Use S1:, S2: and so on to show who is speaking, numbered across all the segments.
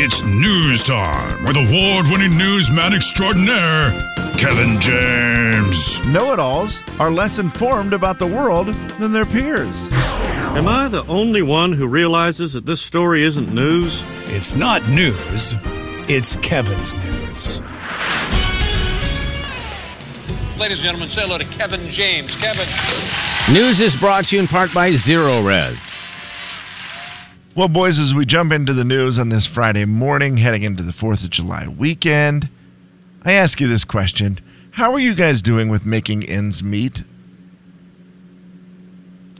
S1: It's news time with award winning newsman extraordinaire, Kevin James.
S2: Know it alls are less informed about the world than their peers.
S3: Am I the only one who realizes that this story isn't news?
S4: It's not news, it's Kevin's news.
S5: Ladies and gentlemen, say hello to Kevin James. Kevin.
S6: News is brought to you in part by Zero Res.
S2: Well, boys, as we jump into the news on this Friday morning, heading into the 4th of July weekend, I ask you this question How are you guys doing with making ends meet?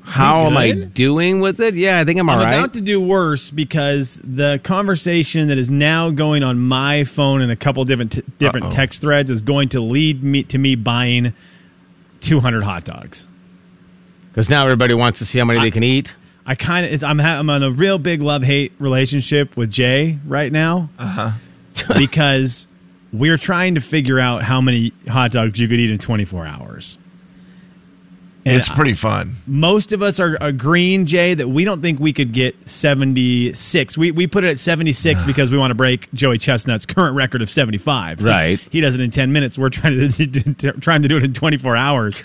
S6: How am I
S7: good?
S6: doing with it? Yeah, I think I'm all
S7: I'm
S6: right.
S7: about to do worse because the conversation that is now going on my phone and a couple different t- different
S2: Uh-oh.
S7: text threads is going to lead me to me buying 200 hot dogs.
S6: Because now everybody wants to see how many they can eat.
S7: I kind of I'm ha- I'm on a real big love hate relationship with Jay right now. Uh
S6: Uh-huh.
S7: huh. because we're trying to figure out how many hot dogs you could eat in 24 hours. And
S2: It's pretty fun.
S7: most of us are agreeing, Jay, that we don't think we could get 76. We, we put it at 76 because we want to break Joey Chestnut's current record of 75.
S6: Right.
S7: He does it in 10 minutes. We're trying to trying to do it in 24 hours.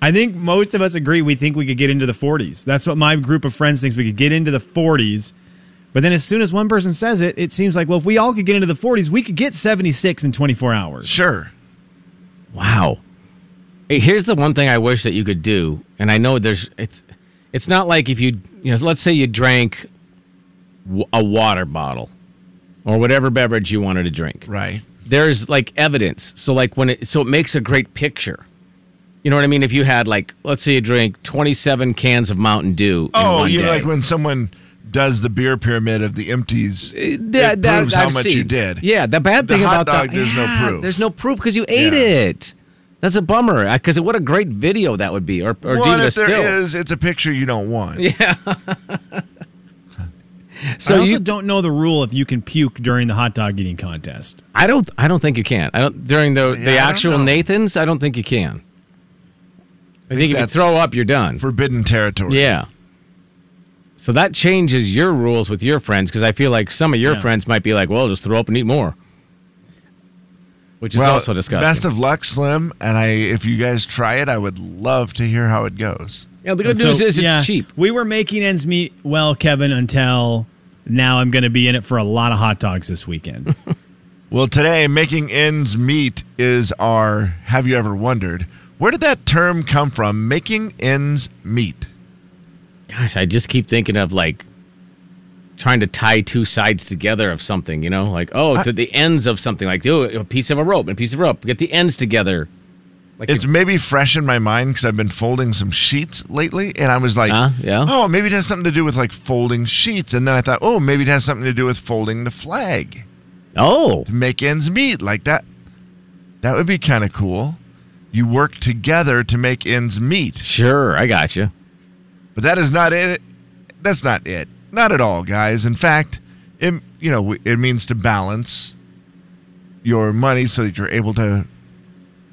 S7: I think most of us agree we think we could get into the 40s. That's what my group of friends thinks we could get into the 40s. But then as soon as one person says it, it seems like, well, if we all could get into the 40s, we could get 76 in 24 hours.
S2: Sure.
S6: Wow. Hey, Here's the one thing I wish that you could do, and I know there's it's it's not like if you you know let's say you drank w- a water bottle or whatever beverage you wanted to drink.
S2: Right.
S6: There's like evidence, so like when it so it makes a great picture. You know what I mean? If you had like let's say you drink 27 cans of Mountain Dew. in
S2: Oh,
S6: one
S2: you know,
S6: day.
S2: like when someone does the beer pyramid of the empties, it,
S6: that, that
S2: proves how
S6: I've
S2: much you
S6: seen.
S2: did.
S6: Yeah, the bad
S2: The
S6: thing
S2: hot
S6: about that,
S2: dog, there's no
S6: yeah,
S2: proof.
S6: There's no proof because you ate
S2: Yeah.
S6: it. That's a bummer because what a great video that would be, or, or
S2: what
S6: even a
S2: if there
S6: still.
S2: is, It's a picture you don't want. Yeah.
S7: I
S6: so
S7: also
S6: you,
S7: don't know the rule if you can puke during the hot dog eating contest.
S6: I don't, I don't think you can. I don't during the
S2: Yeah, I
S6: the
S2: don't
S6: actual
S2: know.
S6: Nathan's. I don't think you can. I think if you
S2: that's-
S6: throw up, you're done.
S2: Forbidden territory.
S6: yeah. So that changes your rules with your friends because I feel like some of your
S7: Yeah.
S6: friends might be like, "Well, just throw up and eat more," which is also disgusting.
S2: Best of luck, Slim. And I, if you guys try it, I would love to hear how it goes.
S6: yeah, the good
S7: So,
S6: news is it's
S7: yeah,
S6: cheap.
S7: We were making ends meet well, Kevin, until now I'm going to be in it for a lot of hot dogs this weekend.
S2: Well, today, making ends meet is our Have You Ever Wondered? Where did that term come from? Making ends meet.
S6: Gosh, I just keep thinking of like trying to tie two sides together of something, you know, like oh, to the ends of something, like oh, a piece of a rope and a piece of rope, get the ends together. Like
S2: It's maybe fresh in my mind because I've been folding some sheets lately, and I was like,
S6: Uh, yeah.
S2: oh, maybe it has something to do with like folding sheets. And then I thought, oh, maybe it has something to do with folding the flag.
S6: oh,
S2: Make ends meet like that. That would be kind of cool. You work together to make ends meet.
S6: sure, I got you.
S2: But that is not it. That's not it. Not at all, guys. In fact, it, you know, it means to balance your money so that you're able to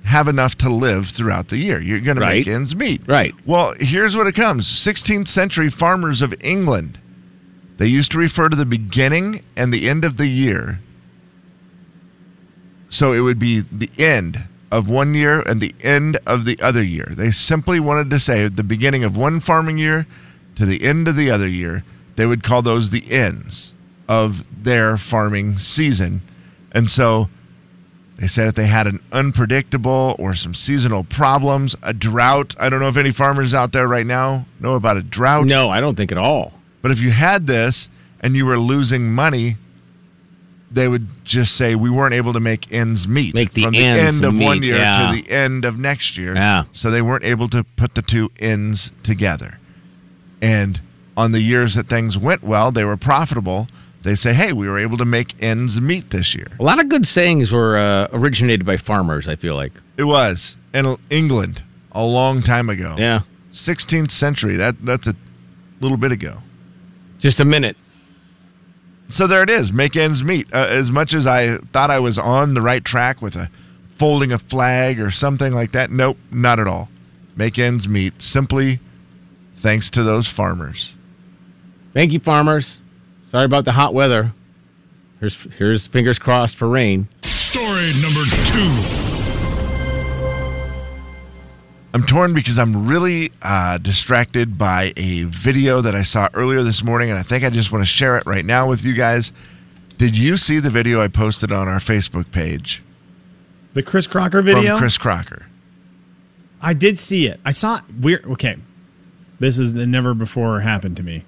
S2: have enough to live throughout the year. You're going
S6: Right.
S2: to make ends meet.
S6: Right.
S2: Well, here's what it comes. 16th century farmers of England. They used to refer to the beginning and the end of the year. So it would be the end of one year and the end of the other year. They simply wanted to say the beginning of one farming year to the end of the other year. They would call those the ends of their farming season. And so they said if they had an unpredictable or some seasonal problems, a drought. I don't know if any farmers out there right now know about a drought.
S6: No, I don't think at all.
S2: But if you had this and you were losing money, they would just say we weren't able to make ends meet.
S6: Make the
S2: from
S6: ends
S2: the end of one
S6: meet,
S2: year
S6: yeah.
S2: to the end of next year.
S6: Yeah.
S2: So they weren't able to put the two ends together. And on the years that things went well, they were profitable. They say, hey, we were able to make ends meet this year.
S6: A lot of good sayings were uh, originated by farmers. I feel like.
S2: It was in England a long time ago.
S6: Yeah,
S2: 16th century. That that's a little bit ago.
S6: just a minute.
S2: So there it is. Make ends meet. Uh, as much as I thought I was on the right track with a folding a flag or something like that, nope, not at all. Make ends meet simply thanks to those farmers.
S6: Thank you, farmers. Sorry about the hot weather. Here's here's fingers crossed for rain.
S1: Story number two.
S2: I'm torn because I'm really uh, distracted by a video that I saw earlier this morning, and I think I just want to share it right now with you guys. Did you see the video I posted on our Facebook page
S7: The Chris Crocker video?
S2: from Chris Crocker?
S7: I did see it. I saw it weird. Okay. This has never before happened to me.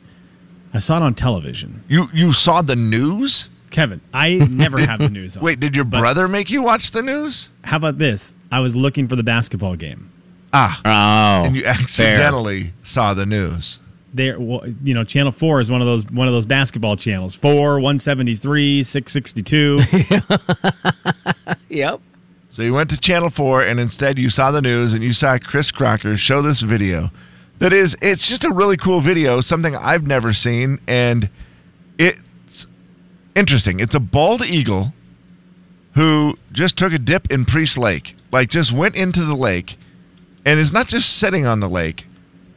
S7: I saw it on television.
S2: You you saw the news?
S7: Kevin, I never have the news on.
S2: Wait, did your
S7: But
S2: brother make you watch the news?
S7: How about this? I was looking for the basketball game.
S2: Ah,
S6: Oh,
S2: and you
S6: fair.
S2: accidentally saw the news.
S7: There, well, you know, Channel Four is one of those one of those basketball channels. Four, one seventy three, six sixty two.
S6: Yep.
S2: So you went to Channel 4 and instead you saw the news and you saw Chris Crocker show this video. That is, it's just a really cool video, something I've never seen. And it's interesting. It's a bald eagle who just took a dip in Priest Lake, like just went into the lake and is not just sitting on the lake,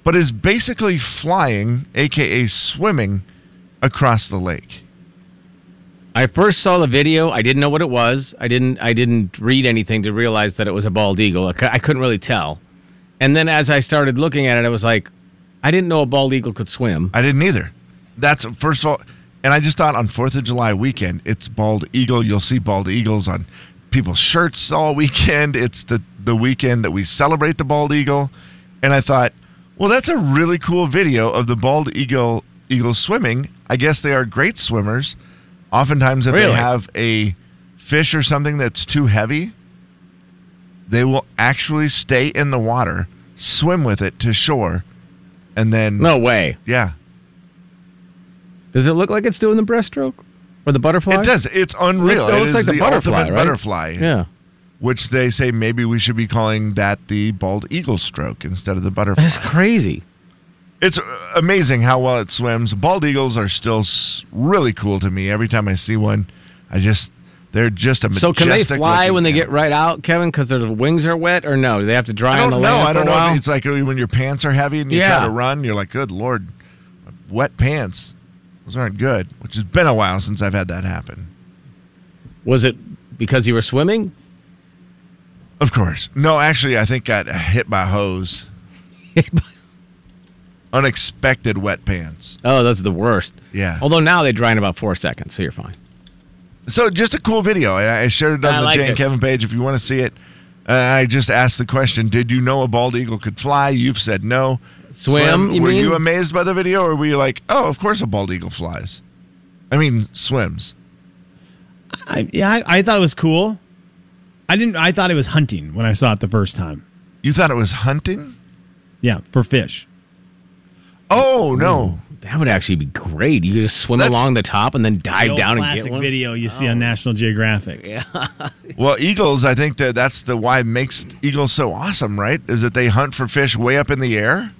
S2: but is basically flying, AKA swimming across the lake.
S6: I first saw the video. I didn't know what it was. I didn't. I didn't read anything to realize that it was a bald eagle. I, cou- I couldn't really tell. And then as I started looking at it, I was like, I didn't know a bald eagle could swim.
S2: I didn't either. That's first of all, and I just thought on Fourth of July weekend, it's bald eagle. You'll see bald eagles on people's shirts all weekend. It's the the weekend that we celebrate the bald eagle, and I thought, well, that's a really cool video of the bald eagle eagle swimming. I guess they are great swimmers. Oftentimes, if they
S6: Really?
S2: have a fish or something that's too heavy, they will actually stay in the water, swim with it to shore, and then
S6: No way.
S2: yeah,
S6: Does it look like it's doing the breaststroke or the butterfly?
S2: It does. It's unreal.
S6: It looks
S2: is
S6: like the butterfly,
S2: ultimate
S6: right?
S2: Butterfly.
S6: Yeah.
S2: Which they say maybe we should be calling that the bald eagle stroke instead of the butterfly.
S6: That's crazy.
S2: it's uh, amazing how well it swims. Bald eagles are still s- really cool to me. Every time I see one, I just they're just a
S6: So can they
S2: majestic
S6: fly
S2: looking
S6: when they get
S2: animal.
S6: right out, Kevin? Because their wings are wet, or no? Do they have to dry
S2: I
S6: on
S2: don't
S6: the
S2: know.
S6: land
S2: I
S6: for
S2: don't
S6: a
S2: know.
S6: while?
S2: If it's like oh, when your pants are heavy and you
S6: Yeah.
S2: try to run, you're like, "Good lord, wet pants." Those aren't good. Which has been a while since I've had that happen.
S6: Was it because you were swimming?
S2: Of course. No, actually, I think got hit by a hose. Unexpected wet pants.
S6: Oh, those are the worst.
S2: Yeah.
S6: Although now they dry in about four seconds, so you're fine.
S2: So just a cool video. and I I shared it on
S6: I
S2: the
S6: liked
S2: Jane
S6: it.
S2: Kevin page if you want to see it. Uh, I just asked the question: Did you know a bald eagle could fly? You've said no.
S6: Swim,
S2: Slim,
S6: you
S2: were
S6: mean?
S2: you amazed by the video, or were you like, "Oh, of course a bald eagle flies"? I mean, swims.
S7: I, yeah, I, I thought it was cool. I didn't. I thought it was hunting when I saw it the first time.
S2: You thought it was hunting?
S7: Yeah, for fish.
S2: Oh no!
S6: That would actually be great. You could just swim
S2: That's-
S6: along the top and then dive
S7: The old
S6: down and
S7: classic
S6: get one. Oh.
S7: video you see on National Geographic.
S2: Well, eagles. I think that that's the why makes eagles so awesome, right? Is that they hunt for fish way up in the air?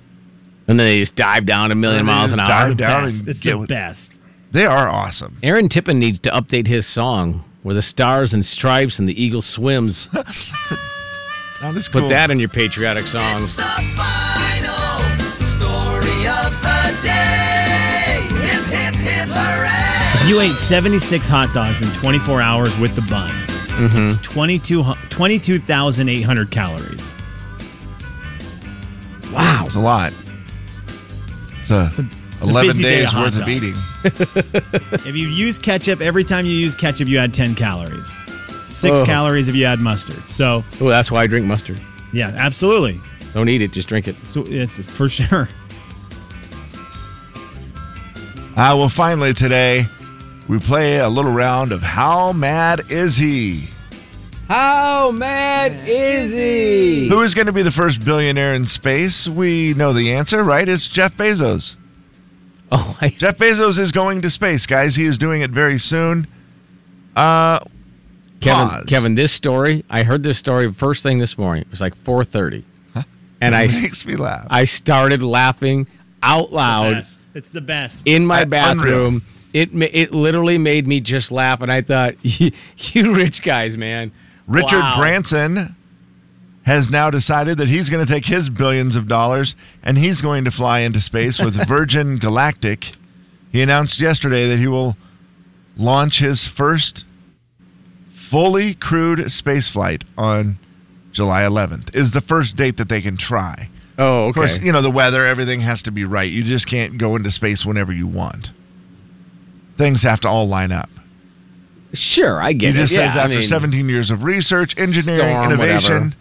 S6: And then they just dive down a million
S2: And they
S6: miles
S2: just
S6: an hour.
S2: dive down
S7: Best.
S2: and
S7: It's
S2: get
S7: the
S2: with-
S7: best.
S2: They are awesome.
S6: Aaron Tippin needs to update his song where the stars and stripes and the eagle swims. Put
S2: That is cool.
S6: that in your patriotic songs.
S8: The final story of the day. Hip, hip, hip, hooray.
S7: You ate 76 hot dogs in 24 hours with the bun.
S6: Mm-hmm.
S7: It's 22 hu- 22,800 calories.
S2: It's a lot. It's a,
S7: a
S2: 11
S7: busy day
S2: days
S7: of hot
S2: worth of
S7: dogs.
S2: eating.
S7: If you use ketchup, every time you use ketchup, you add 10 calories. Six
S6: Oh.
S7: calories if you add mustard. So,
S6: Oh, that's why I drink mustard.
S7: yeah, absolutely.
S6: Don't eat it, just drink it.
S7: So it's for sure.
S2: Ah, well, finally today, we play a little round of How Mad Is He?
S6: How mad is he?
S2: Who is going to be the first billionaire in space? We know the answer, right? It's Jeff Bezos.
S6: Oh, I,
S2: Jeff Bezos is going to space, guys. He is doing it very soon.
S6: Kevin,
S2: Pause.
S6: Kevin, this story, I heard this story first thing this morning. It was like 4.30. And I,
S2: makes me laugh.
S6: I started laughing out loud
S7: Best. It's the best.
S6: in my
S2: Uh,
S6: bathroom. It ma- it literally made me just laugh, and I thought, "You rich guys, man."
S2: Richard
S6: Wow.
S2: Branson has now decided that he's going to take his billions of dollars and he's going to fly into space with Virgin Galactic. He announced yesterday that he will launch his first fully crewed spaceflight on July 11th. Is the first date that they can try.
S6: Oh, okay.
S2: Of course, you know, the weather, everything has to be right. You just can't go into space whenever you want. Things have to all line up.
S6: sure, I
S2: He
S6: get it.
S2: just
S6: yeah,
S2: says
S6: I
S2: after
S6: mean,
S2: 17 years of research, engineering,
S6: Storm,
S2: innovation,
S6: whatever.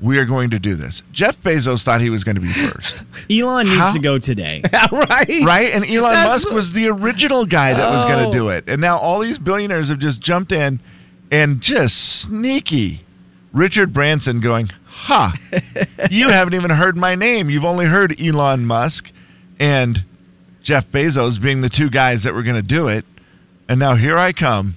S2: we are going to do this. Jeff Bezos thought he was going to be first,
S7: Elon needs
S2: How?
S7: to go today.
S6: right?
S2: right? And Elon
S6: That's
S2: Musk
S6: what-
S2: was the original guy that was going
S6: Oh.
S2: to do it. And now all these billionaires have just jumped in and just sneaky. Richard Branson going, "Ha. you haven't even heard my name. You've only heard Elon Musk and Jeff Bezos being the two guys that were going to do it. And now here I come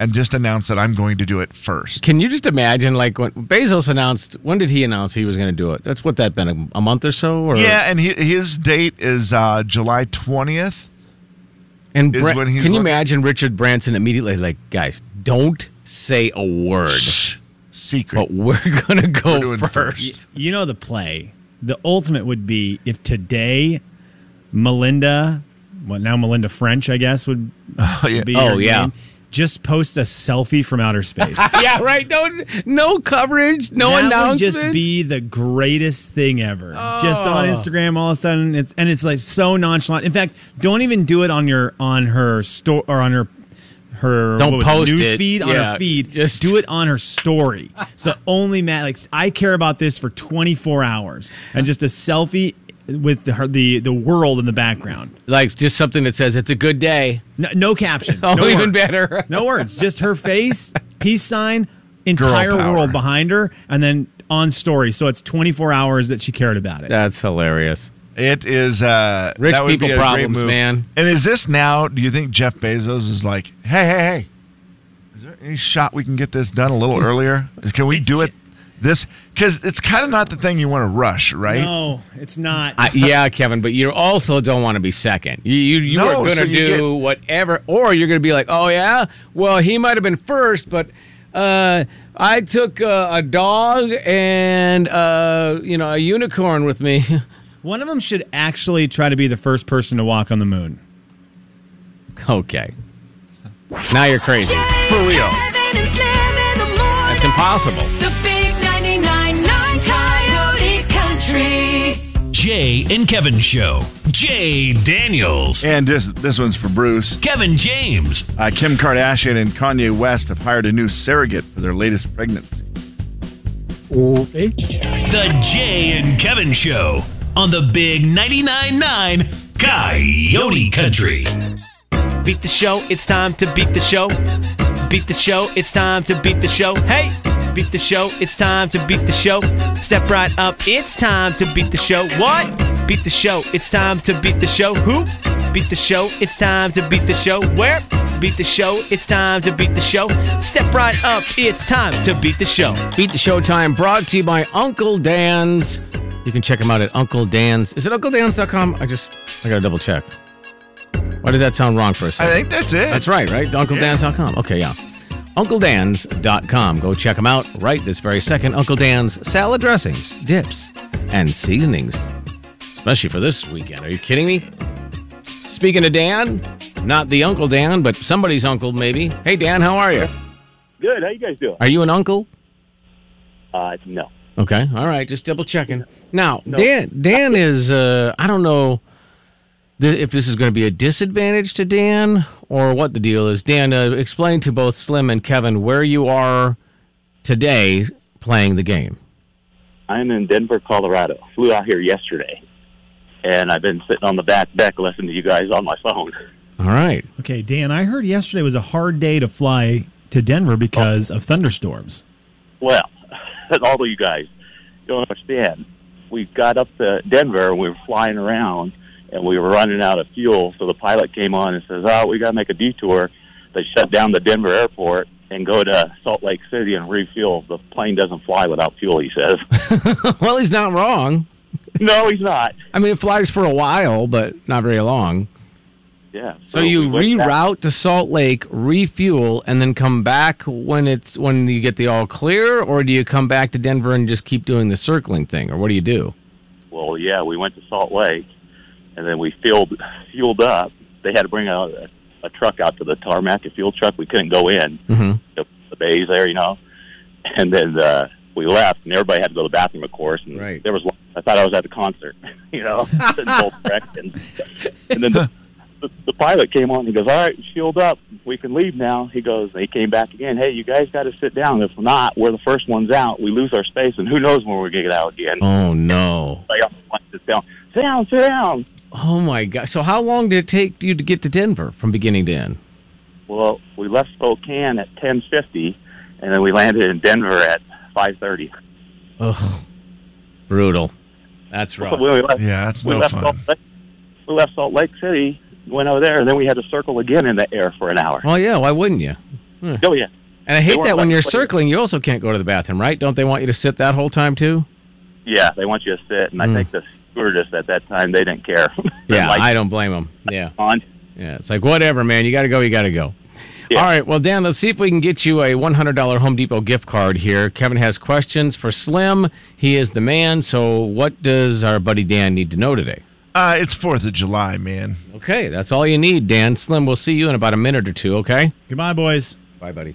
S2: and just announce that I'm going to do it first.
S6: Can you just imagine, like, when Bezos announced, when did he announce he was going to do it? That's what that been, a, a month or so? Or,
S2: Yeah, and he, his date is uh, July 20th.
S6: And
S2: is
S6: Bra-
S2: when he's
S6: can you
S2: looking-
S6: imagine Richard Branson immediately, like, guys, don't say a word,
S2: Shh, secret.
S6: but we're going to
S2: We're
S6: go
S2: doing
S6: first.
S7: You know the play. The ultimate would be if today Melinda, well now Melinda French, I guess would
S2: Oh, yeah.
S7: be.
S6: Oh,
S7: her
S6: yeah.
S7: name, just post a selfie from outer space.
S6: yeah, right. Don't no coverage, no
S7: that would
S6: announcement. Oh.
S7: just be the greatest thing ever. Just on Instagram, all of a sudden, it's, and it's like so nonchalant. In fact, don't even do it on your on her store or on her her
S6: Don't
S7: what was
S6: post
S7: news
S6: it.
S7: feed on
S6: Yeah,
S7: her feed.
S6: just-
S7: do it on her story. so only Matt, like I care about this for 24 hours, and just a selfie with the her, the, the world in the background.
S6: like just something that says it's a good day.
S7: No, no caption.
S6: Oh,
S7: no
S6: even
S7: words.
S6: better.
S7: No words, just her face, peace sign, entire
S2: power.
S7: world behind her, and then on story. So it's 24 hours that she cared about it.
S6: That's hilarious.
S2: It is uh,
S6: Rich
S2: that would
S6: people
S2: be a great
S6: problems,
S2: move.
S6: man.
S2: And is this now? Do you think Jeff Bezos is like, hey, hey, hey? Is there any shot we can get this done a little earlier? Is- Can we do it this? Because it's kind of not the thing you want to rush, right?
S7: no, it's not.
S6: I, yeah, Kevin, but you also don't want to be second. You you, you
S2: No,
S6: are going to
S2: so you
S6: do whatever, or you're going to be like, oh yeah, well he might have been first, but uh, I took uh, a dog and uh, you know a unicorn with me.
S7: One of them should actually try to be the first person to walk on the moon.
S6: okay, now you're crazy.
S2: For real.
S6: It's impossible.
S9: The big 99.9 Coyote Country.
S4: Jay and Kevin Show. Jay Daniels.
S2: And just this one's for Bruce.
S4: Kevin James.
S2: Uh, Kim Kardashian and Kanye West have hired a new surrogate for their latest pregnancy.
S4: The Jay and Kevin Show on the Big 99.9 9 Coyote Country.
S10: Beat the show, it's time to beat the show. Beat the show, it's time to beat the show. Hey! Beat the show, it's time to beat the show. Step right up, it's time to beat the show. What? Beat the show, it's time to beat the show. Who? Beat the show, it's time to beat the show. Where? Beat the show, it's time to beat the show. Step right up, it's time to beat the show.
S6: Beat the Showtime brought to you by Uncle Dan's. You can check him out at Uncle Dan's. Is it UncleDan's.com? I just, I gotta double check. Why did that sound wrong for a
S2: I
S6: second?
S2: think that's it.
S6: That's right, right? UncleDan's.com. Okay, yeah. UncleDan's.com. Go check him out right this very second. Uncle Dan's salad dressings, dips, and seasonings. Especially for this weekend. Are you kidding me? Speaking of Dan, not the Uncle Dan, but somebody's uncle maybe. Hey, Dan, how are you?
S11: Good. How you guys doing?
S6: Are you an uncle?
S11: Uh, no.
S6: Okay. All right. Just double checking. Now, Dan, Dan is, uh, I don't know th- if this is going to be a disadvantage to Dan or what the deal is. Dan, uh, explain to both Slim and Kevin where you are today playing the game.
S11: I'm in Denver, Colorado. Flew out here yesterday, and I've been sitting on the back deck listening to you guys on my phone.
S6: All right.
S7: Okay, Dan, I heard yesterday was a hard day to fly to Denver because of thunderstorms.
S11: Well, all of you guys don't understand. We got up to Denver, we were flying around, and we were running out of fuel. So the pilot came on and says, "Oh, we got to make a detour." They shut down the Denver airport and go to Salt Lake City and refuel. The plane doesn't fly without fuel. He says,
S6: well, he's not wrong.
S11: "No, he's not."
S6: I mean, it flies for a while, but not very long.
S11: Yeah.
S6: So you
S11: we went back-
S6: reroute to Salt Lake, refuel, and then come back when it's when you get the all clear, or do you come back to Denver and just keep doing the circling thing, or what do you do?
S11: Well, yeah, we went to Salt Lake, and then we fueled fueled up. They had to bring a, a a truck out to the tarmac, a fuel truck. We couldn't go in
S12: Mm-hmm.
S11: the, the bays there, you know. And then uh, we left, and everybody had to go to the bathroom, of course. And right. there was, I thought I was at the concert, you know, in both directions. And then the, the, the pilot came on. He goes, "All right, shield up, we can leave now." He goes, and he came back again. Hey, you guys got to sit down. If not, we're the first ones out. We lose our space, and who knows when we're gonna get out again.
S6: Oh no.
S11: They all want to sit down. Sit down. Sit down.
S6: Oh my god. So how long did it take you to get to Denver from beginning to end?
S11: Well, we left Spokane at ten fifty, and then we landed in Denver at five thirty.
S6: Ugh. Brutal. That's rough.
S11: We left- we left
S6: fun.
S11: Salt Lake- we left Salt Lake City, went over there, and then we had to circle again in the air for an hour.
S6: Well, yeah, why wouldn't you?
S11: Oh yeah,
S6: And I
S11: They
S6: hate
S11: weren't
S6: that when
S11: letting
S6: you're
S11: us play.
S6: circling, you also can't go to the bathroom, right? Don't they want you to sit that whole time too?
S11: yeah. They want you to sit, and I
S6: Mm.
S11: think the stewardess at that time they didn't care. They
S6: Yeah,
S11: liked
S6: I don't blame them. Yeah.
S11: On.
S6: Yeah, it's like whatever, man. You got to go. You got to go. All right, well, Dan, let's see if we can get you a $100 Home Depot gift card here. Kevin has questions for Slim. He is the man. So, what does our buddy Dan need to know today?
S2: Uh, it's 4th of July, man.
S6: Okay, that's all you need, Dan. Slim, we'll see you in about a minute or two, okay?
S7: Goodbye, boys.
S6: Bye, buddy.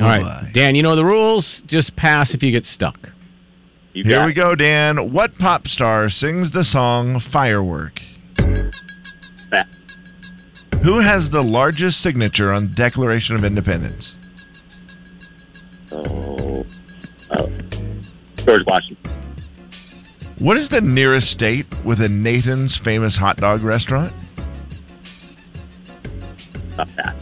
S6: All right, Dan, you know the rules. Just pass if you get stuck.
S2: Here we go, Dan. What pop star sings the song Firework? Who has the largest signature on the Declaration of Independence?
S11: Oh, oh. George Washington.
S2: What is the nearest state with a Nathan's famous hot dog restaurant?
S11: Not that.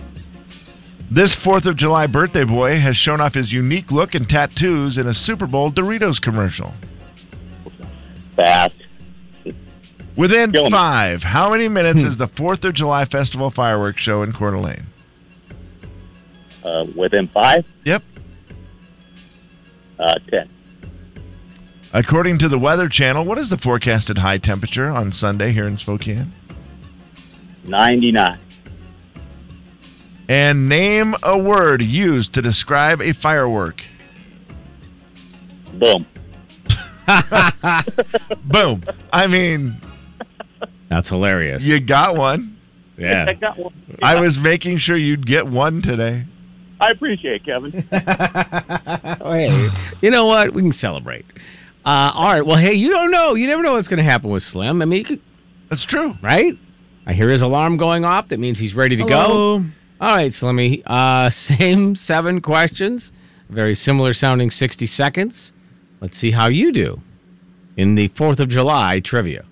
S2: This 4th of July birthday boy has shown off his unique look and tattoos in a Super Bowl Doritos commercial.
S11: Fast.
S2: Within five, how many minutes is the 4th of July Festival fireworks show in Coeur d'Alene?
S11: Uh, within five.
S2: Yep.
S11: Uh, ten.
S2: According to the Weather Channel, what is the forecasted high temperature on Sunday here in Spokane?
S11: 99.
S2: And name a word used to describe a firework.
S11: Boom.
S2: Boom. I mean,
S6: That's hilarious.
S2: you got one.
S11: I, got one.
S2: I was making sure you'd get one today.
S11: I appreciate it, Kevin.
S6: Hey, you know what? We can celebrate. Uh, all right. Well, hey, you don't know. You never know what's going to happen with Slim. I mean, you could,
S2: that's true,
S6: right? I hear his alarm going off. That means he's ready to
S7: Hello.
S6: go. All right, Slimmy. Uh, same seven questions. Very similar sounding sixty seconds. Let's see how you do in the Fourth of July trivia.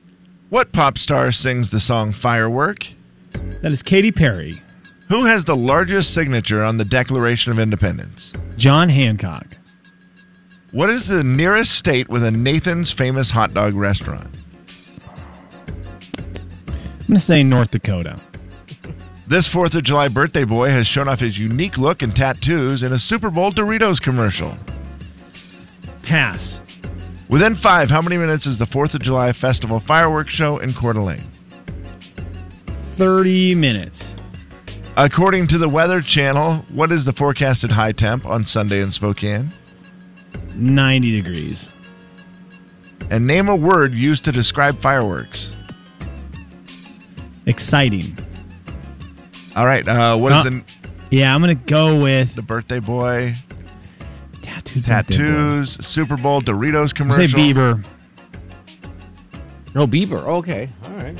S2: What pop star sings the song Firework?
S7: That is Katy Perry.
S2: Who has the largest signature on the Declaration of Independence?
S7: John Hancock.
S2: What is the nearest state with a Nathan's famous hot dog restaurant?
S7: I'm gonna say North Dakota.
S2: This 4th of July birthday boy has shown off his unique look and tattoos in a Super Bowl Doritos commercial.
S7: Pass.
S2: Within five, how many minutes is the 4th of July Festival fireworks show in Coeur d'Alene?
S7: Thirty minutes.
S2: According to the Weather Channel, what is the forecasted high temp on Sunday in Spokane?
S7: 90 degrees.
S2: And name a word used to describe fireworks.
S7: Exciting.
S2: All right, uh, what is
S7: Uh,
S2: the
S7: Yeah, I'm gonna go with
S2: the birthday boy?
S7: Tattoo
S2: tattoos, Super Bowl Doritos
S7: I'm gonna
S2: commercial.
S7: say Bieber.
S6: No, Bieber. Okay. All right.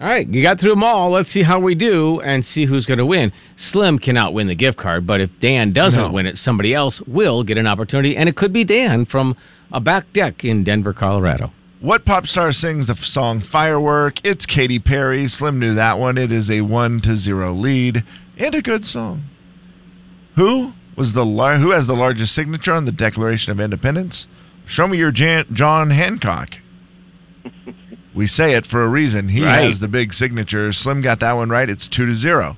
S6: All right. You got through them all. Let's see how we do and see who's going to win. Slim cannot win the gift card, but if Dan doesn't win it, somebody else will get an opportunity. And it could be Dan from a back deck in Denver, Colorado.
S2: What pop star sings the f- song Firework? It's Katy Perry. Slim knew that one. It is a one to zero lead and a good song. Who was the lar- who has the largest signature on the Declaration of Independence? Show me your Jan- John Hancock. We say it for a reason. He
S6: Right.
S2: has the big signature. Slim got that one right. It's two to zero.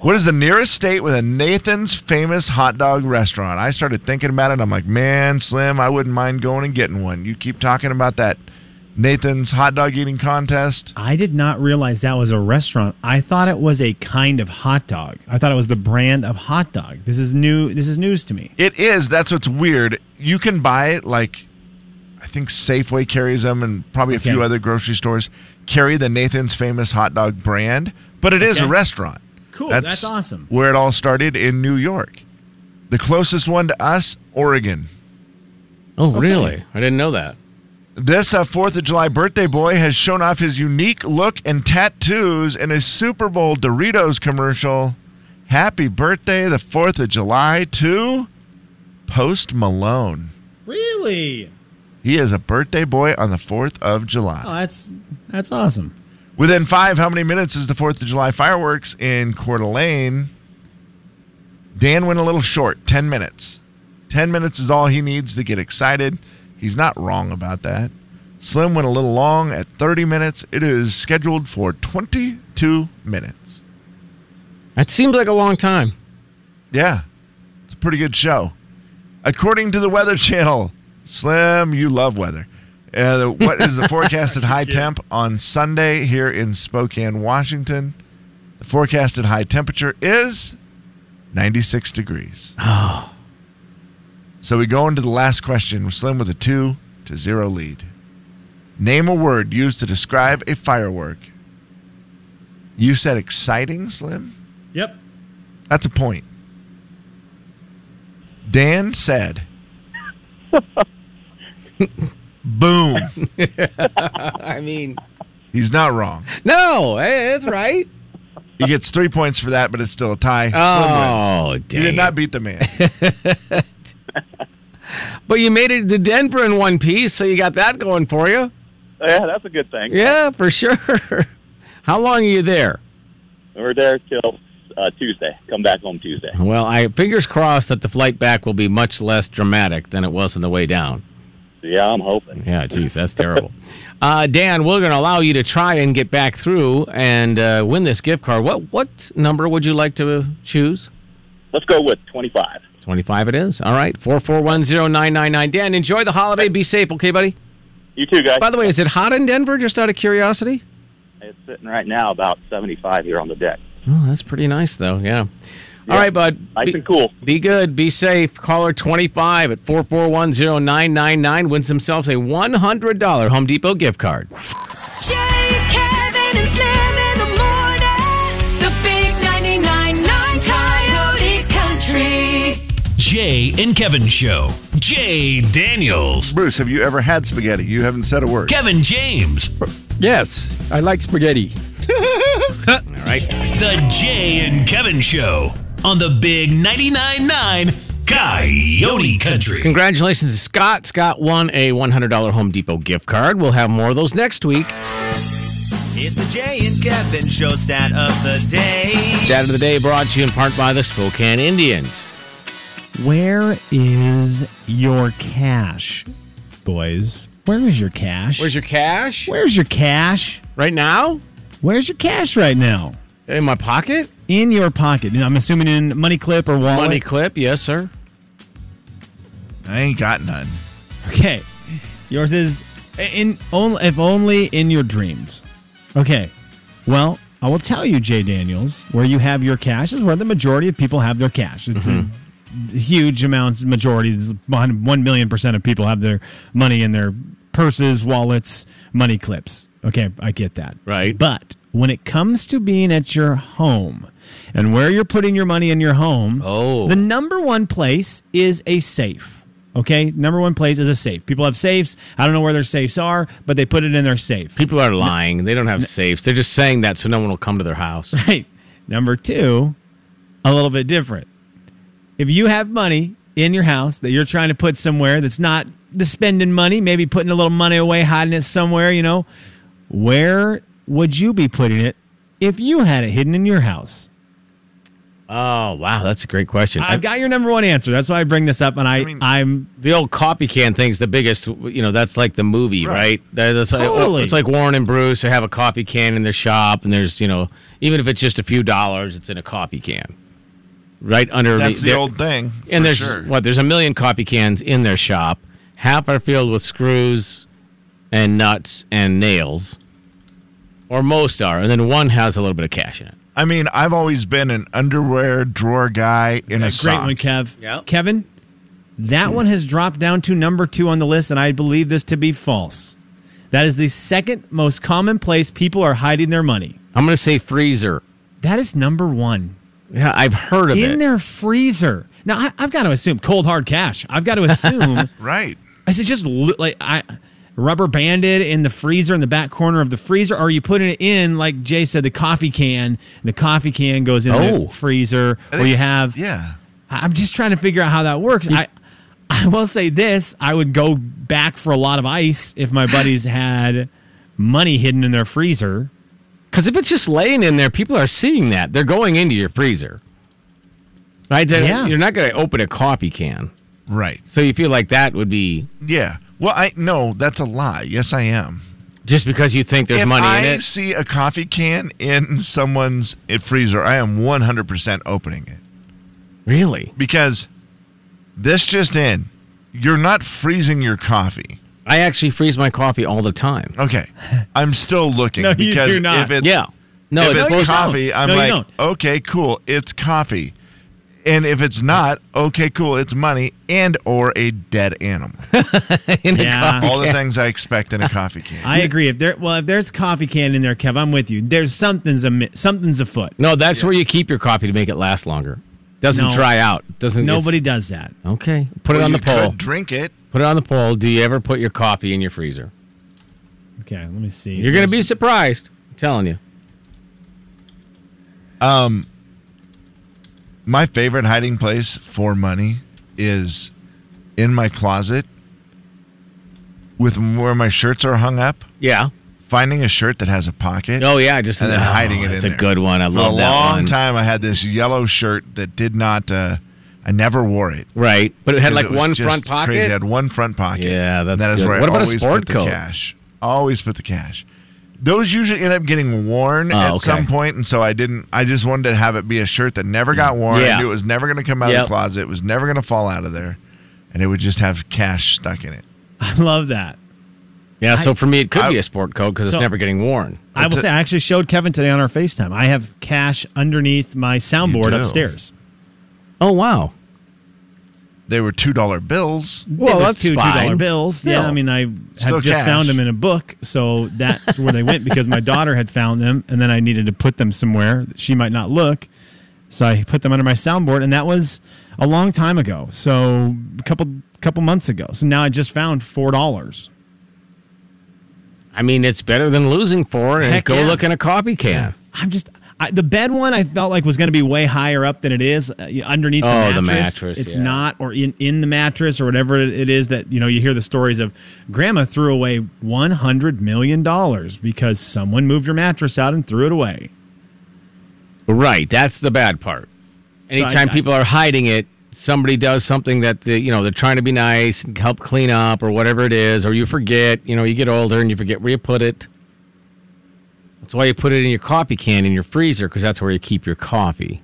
S2: What is the nearest state with a Nathan's famous hot dog restaurant? I started thinking about it. I'm like, man, Slim, I wouldn't mind going and getting one. You keep talking about that Nathan's hot dog eating contest.
S7: I did not realize that was a restaurant. I thought it was a kind of hot dog. I thought it was the brand of hot dog. This is new. This is news to me.
S2: It is. That's what's weird. You can buy it like I think Safeway carries them and probably a
S7: Okay.
S2: few other grocery stores carry the Nathan's famous hot dog brand, But it is
S7: Okay.
S2: a restaurant.
S7: Cool, that's awesome.
S2: Where it all started in New York. The closest one to us, Oregon.
S6: Oh, really? I didn't know that.
S2: This uh, 4th of July birthday boy has shown off his unique look and tattoos in a Super Bowl Doritos commercial. Happy birthday, the 4th of July, to Post Malone.
S7: Really?
S2: He is a birthday boy on the 4th of July.
S7: Oh, that's that's awesome.
S2: Within five, how many minutes is the 4th of July fireworks in Coeur d'Alene? Dan went a little short, 10 minutes. 10 minutes is all he needs to get excited. He's not wrong about that. Slim went a little long at 30 minutes. It is scheduled for 22 minutes.
S6: That seems like a long time.
S2: Yeah, it's a pretty good show. According to the Weather Channel, Slim, you love weather. Uh, what is the forecasted high temp on Sunday here in Spokane, Washington? The forecasted high temperature is 96 degrees. Oh. So we go into the last question. Slim with a two to zero lead. Name a word used to describe a firework. You said exciting, Slim?
S7: Yep.
S2: That's a point. Dan said, boom.
S6: I mean,
S2: He's not wrong.
S6: no, eh, that's right.
S2: He gets three points for that, but it's still a tie.
S6: Oh,
S2: Slim wins.
S6: dang
S2: He did
S6: it.
S2: not beat the man.
S6: But you made it to Denver in one piece, so you got that going for you.
S11: Yeah, that's a good thing.
S6: Yeah, for sure. How long are you there?
S11: We We're there till uh, Tuesday. Come back home Tuesday.
S6: Well, I fingers crossed that the flight back will be much less dramatic than it was on the way down.
S11: Yeah, I'm hoping.
S6: Yeah, geez, that's terrible. Uh, Dan, we're going to allow you to try and get back through and uh, win this gift card. What what number would you like to choose?
S11: Let's go with 25.
S6: 25 it is. All right, 4410999. Dan, enjoy the holiday. Be safe, okay, buddy?
S11: You too, guys.
S6: By the way, is it hot in Denver, just out of curiosity?
S11: It's sitting right now about 75 here on the deck.
S6: Oh, that's pretty nice, though. Yeah. All right, bud.
S11: Nice
S6: Be-
S11: and cool.
S6: Be good. Be safe. Caller 25 at 4410999 wins themselves a $100 Home Depot gift card.
S9: Jay, Kevin, and Slim in the morning. The big 99.9 Coyote Country.
S4: Jay and Kevin Show. Jay Daniels.
S2: Bruce, have you ever had spaghetti? You haven't said a word.
S4: Kevin James.
S12: Yes, I like spaghetti.
S4: All right. The Jay and Kevin Show on the Big 99.9 9 Coyote Country.
S6: Congratulations to Scott. Scott won a $100 Home Depot gift card. We'll have more of those next week.
S10: It's the Jay and Kevin show stat of the day.
S6: Dad of the Day brought to you in part by the Spokane Indians.
S7: Where is your cash, boys? Where is your cash?
S6: Where's your cash?
S7: Where's your cash?
S6: Right now?
S7: Where's your cash right now?
S6: In my pocket?
S7: In your pocket. And I'm assuming in money clip or wallet.
S6: Money clip, yes, sir.
S2: I ain't got none.
S7: Okay. Yours is in only if only in your dreams. Okay. Well, I will tell you, Jay Daniels, where you have your cash is where the majority of people have their cash. It's a huge amounts, majority, it's one one million percent of people have their money in their purses, wallets, money clips. Okay, I get that.
S6: Right.
S7: But when it comes to being at your home and where you're putting your money in your home,
S6: Oh.
S7: the number one place is a safe. Okay, number one place is a safe. People have safes. I don't know where their safes are, but they put it in their safe.
S6: People are lying. They don't have safes. They're just saying that so no one will come to their house.
S7: Right. Number two, a little bit different. If you have money in your house that you're trying to put somewhere that's not the spending money, maybe putting a little money away, hiding it somewhere, you know, where would you be putting it if you had it hidden in your house?
S6: Oh, wow. That's a great question.
S7: I've got your number one answer. That's why I bring this up, and I, I'm
S6: the old coffee can thing's the biggest. You know, that's like the movie, right? That- That's like, oh,
S7: Totally.
S6: It's like Warren and Bruce. They have a coffee can in their shop, and there's you know, even if it's just a few dollars, it's in a coffee can, right under
S2: That's the
S6: there-
S2: old thing. for
S6: And there's
S2: sure.
S6: what? There's a million coffee cans in their shop. Half are filled with screws and nuts and nails, or most are, and then one has a little bit of cash in it.
S2: I mean, I've always been an underwear drawer guy in a
S7: a great
S2: sock.
S7: one, Kev.
S6: Yep.
S7: Kevin, that one has dropped down to number two on the list, and I believe this to be false. That is the second most common place people are hiding their money.
S6: I'm gonna say freezer.
S7: That is number one.
S6: Yeah, I've heard of
S7: in
S6: it.
S7: their freezer. Now I, I've got to assume cold hard cash. I've got to assume
S2: right.
S7: I said just lo- like I rubber banded in the freezer in the back corner of the freezer, or are you putting it in like Jay said the coffee can. and The coffee can goes in
S2: Oh.
S7: the freezer,
S2: I
S7: or
S2: think-
S7: you have
S2: yeah.
S7: I- I'm just trying to figure out how that works. I I will say this: I would go back for a lot of ice if my buddies had money hidden in their freezer.
S6: Because if it's just laying in there, people are seeing that. They're going into your freezer. Right? They're-
S2: Yeah.
S6: You're not going to open a coffee can.
S2: Right.
S6: So you feel like that would be
S2: Yeah. Well, I no, that's a lie. Yes, I am.
S6: just because you think there's
S2: if
S6: money
S2: I
S6: in it.
S2: see a coffee can in someone's eh, freezer, I am 100% opening it.
S6: Really?
S2: Because this just in, you're not freezing your coffee.
S6: I actually freeze my coffee all the time.
S2: Okay. I'm still looking
S6: No, you
S2: because
S6: do not.
S2: if it's
S6: Yeah. No,
S2: if
S6: it's
S2: it's,
S6: supposed to-
S2: coffee, I'm
S6: No, you
S2: like,
S6: don't.
S2: okay, cool, it's coffee. And if it's not, okay, cool, it's money and or a dead animal.
S6: in
S7: a Yeah. coffee
S2: All the
S7: can.
S2: things I expect in a coffee can.
S7: I agree. If there, well, if there's coffee can in there, Kev, I'm with you. There's something's a something's afoot.
S6: No, that's where you keep your coffee to make it last longer. Doesn't
S7: No.
S6: dry out. Doesn't it's-
S7: Nobody does that.
S6: Okay. Put it
S2: Well,
S6: on the
S2: you could
S6: poll.
S2: drink it.
S6: Put it on the poll. Do you ever put your coffee in your freezer?
S7: Okay, let me see.
S6: You're going to be surprised. I'm telling you.
S2: Um, my favorite hiding place for money is in my closet with where my shirts are hung up.
S6: Yeah.
S2: Finding a shirt that has a pocket.
S6: Oh, yeah, just-
S2: and then
S6: oh,
S2: hiding it in
S6: that's a
S2: there.
S6: good one. I
S2: For
S6: love
S2: a
S6: that
S2: long
S6: one.
S2: time, I had this yellow shirt that did not. Uh, I never wore it.
S6: Right, but it had,
S2: Because
S6: like,
S2: was
S6: one
S2: just
S6: front pocket?
S2: Crazy. It had one front pocket.
S6: Yeah, that's
S2: that is
S6: good.
S2: where
S6: What
S2: I
S6: about a
S2: always
S6: sport
S2: put the
S6: coat?
S2: Cash. Always put the cash. Those usually end up getting worn
S6: Oh,
S2: at
S6: okay.
S2: some point, and so I didn't. I just wanted to have it be a shirt that never got worn.
S6: Yeah.
S2: I knew it was never going to come out
S6: Yep.
S2: of the closet. It was never going to fall out of there, and it would just have cash stuck in it.
S7: I love that.
S6: Yeah,
S7: I-
S6: so for me, it could be a sport coat because
S7: So-
S6: it's never getting worn.
S7: I will say, I actually showed Kevin today on our FaceTime. I have cash underneath my soundboard
S2: do.
S7: upstairs.
S6: Oh wow!
S2: They were two dollar bills.
S7: Well, that's two two dollar bills. Yeah, I mean, I
S2: Still
S7: had just
S2: cash.
S7: found them in a book, so that's where they went because my daughter had found them, and then I needed to put them somewhere that she might not look, so I put them under my soundboard, and that was a long time ago. So a couple couple months ago. So now I just found four dollars.
S6: I mean, it's better than losing four and
S7: Heck
S6: go
S7: yeah.
S6: look in a coffee can.
S7: I'm just I, the bed one. I felt like was going to be way higher up than it is uh, y- underneath
S6: Oh,
S7: the
S6: the
S7: mattress.
S6: mattress,
S7: it's
S6: yeah.
S7: not, or in in the mattress, or whatever it it is that you know. You hear the stories of grandma threw away 100 million dollars because someone moved her mattress out and threw it away.
S6: Right, that's the bad part.
S7: So
S6: Anytime
S7: I- I-
S6: people are hiding it, somebody does something that the, you know they're trying to be nice and help clean up or whatever it is, or you forget. You know, you get older and you forget where you put it. That's why you put it in your coffee can in your freezer because that's where you keep your coffee.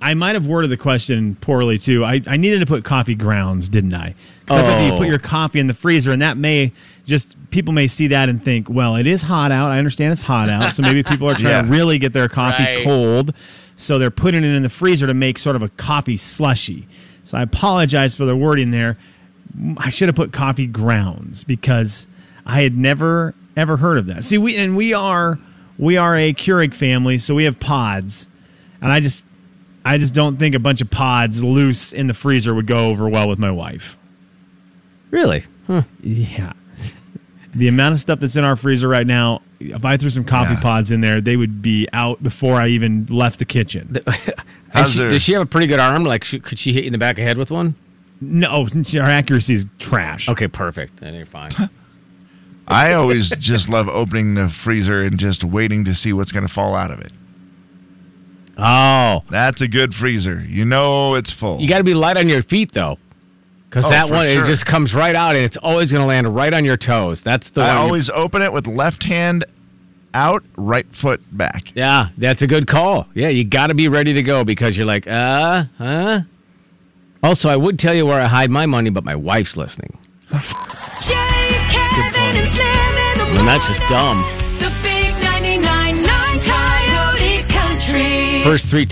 S7: I might have worded the question poorly too. I, I needed to put coffee grounds, didn't I? 'Cause I thought that you
S6: Oh.
S7: put your coffee in the freezer, and that may just people may see that and think, well, it is hot out. I understand it's hot out, so maybe people are trying to
S6: Yeah.
S7: really get their coffee
S6: Right.
S7: cold, so they're putting it in the freezer to make sort of a coffee slushy. So I apologize for the wording there. M- I should have put coffee grounds because I had never ever heard of that. See, we and we are we are a Keurig family, so we have pods, and I just I just don't think a bunch of pods loose in the freezer would go over well with my wife.
S6: Really? Hmm. Huh.
S7: Yeah. the amount of stuff that's in our freezer right now, if I threw some coffee pods in there, they would be out before I even left the kitchen.
S6: And she, does she have a pretty good arm? Like, she, could she hit you in the back of the head with one?
S7: no, her accuracy is trash.
S6: Okay, perfect. Then you're fine.
S2: I always just love opening the freezer and just waiting to see what's going to fall out of it.
S6: Oh,
S2: that's a good freezer. You know it's full.
S6: You got to be light on your feet though, because
S2: Oh,
S6: that
S2: for
S6: one
S2: sure.
S6: it just comes right out and it's always going to land right on your toes. That's the
S2: I
S6: one you-
S2: always open it with left hand out, right foot back.
S6: yeah, that's a good call. Yeah, you got to be ready to go because you're like, uh, huh. Also, I would tell you where I hide my money, but my wife's listening.
S9: Jay, Kevin, and Slim in the
S6: I mean,
S9: morning.
S6: that's just dumb.
S9: The big 99.9 Coyote Country.
S6: First three